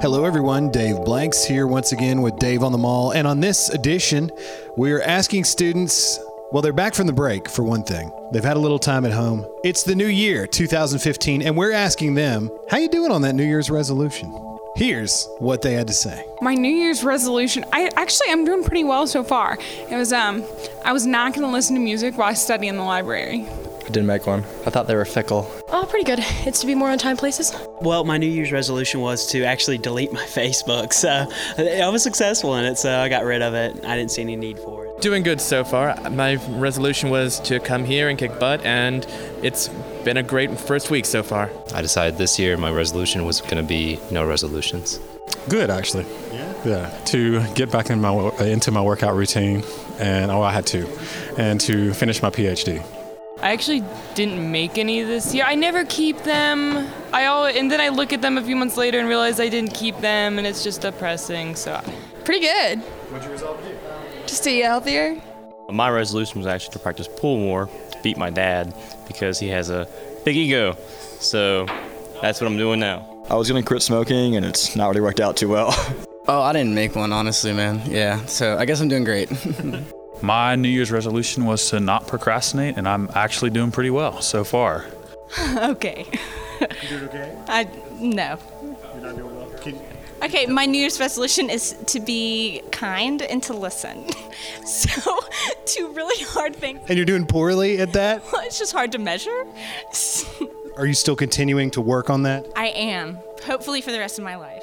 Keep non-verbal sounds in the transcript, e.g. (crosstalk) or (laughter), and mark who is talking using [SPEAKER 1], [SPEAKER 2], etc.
[SPEAKER 1] Hello, everyone. Dave Blanks here once again with Dave on the Mall. And on this edition, we are asking students well, they're back from the break, for one thing. They've had a little time at home. It's the new year, 2015, and we're asking them, how you doing on that New Year's resolution? Here's what they had to say.
[SPEAKER 2] my New Year's resolution. I actually I'm doing pretty well so far. It was um I was not gonna listen to music while I study in the library.
[SPEAKER 3] I didn't make one. I thought they were fickle.
[SPEAKER 4] Oh, pretty good. It's to be more on time places.
[SPEAKER 5] Well, my New Year's resolution was to actually delete my (laughs) Facebook, so I was successful in it, so I got rid of it. I didn't see any need for it.
[SPEAKER 3] Doing good so far. My resolution was to come here and kick butt, and it's been a great first week so far.
[SPEAKER 6] I decided this year my resolution was going to be no resolutions.
[SPEAKER 7] Good, actually. Yeah. To get back in my wo- uh, into my workout routine, and oh, I had to, and to finish my PhD.
[SPEAKER 8] I actually didn't make any this year. I never keep them. I always, and then I look at them a few months later and realize I didn't keep them, and it's just depressing. So, (laughs)
[SPEAKER 9] Pretty good. What'd you resolve to do? Just to eat healthier.
[SPEAKER 10] My resolution was actually to practice pool more, beat my dad because he has a big ego. So that's what I'm doing now.
[SPEAKER 11] I was gonna quit smoking, and it's not really worked out too well. (laughs)
[SPEAKER 12] Oh, I didn't make one, honestly, man. Yeah, so I guess I'm doing great.
[SPEAKER 13] My New Year's resolution was to not procrastinate, and I'm actually doing pretty well so far.
[SPEAKER 9] Okay. I no. Okay, my New Year's resolution is to be kind and
[SPEAKER 8] (laughs)
[SPEAKER 9] to listen. So, two really hard things.
[SPEAKER 1] And you're doing poorly at that?
[SPEAKER 9] (laughs) It's just hard to measure. (laughs)
[SPEAKER 1] Are you still continuing to work on that?
[SPEAKER 9] I am, hopefully for the rest of my life.